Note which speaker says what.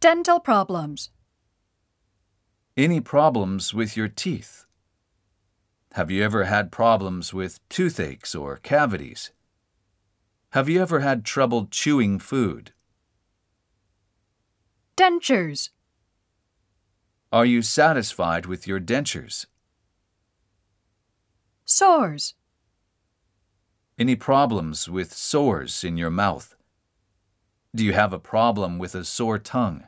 Speaker 1: Dental problems.
Speaker 2: Any problems with your teeth? Have you ever had problems with toothaches or cavities? Have you ever had trouble chewing food?
Speaker 1: Dentures.
Speaker 2: Are you satisfied with your dentures?
Speaker 1: Sores.
Speaker 2: Any problems with sores in your mouth? Do you have a problem with a sore tongue?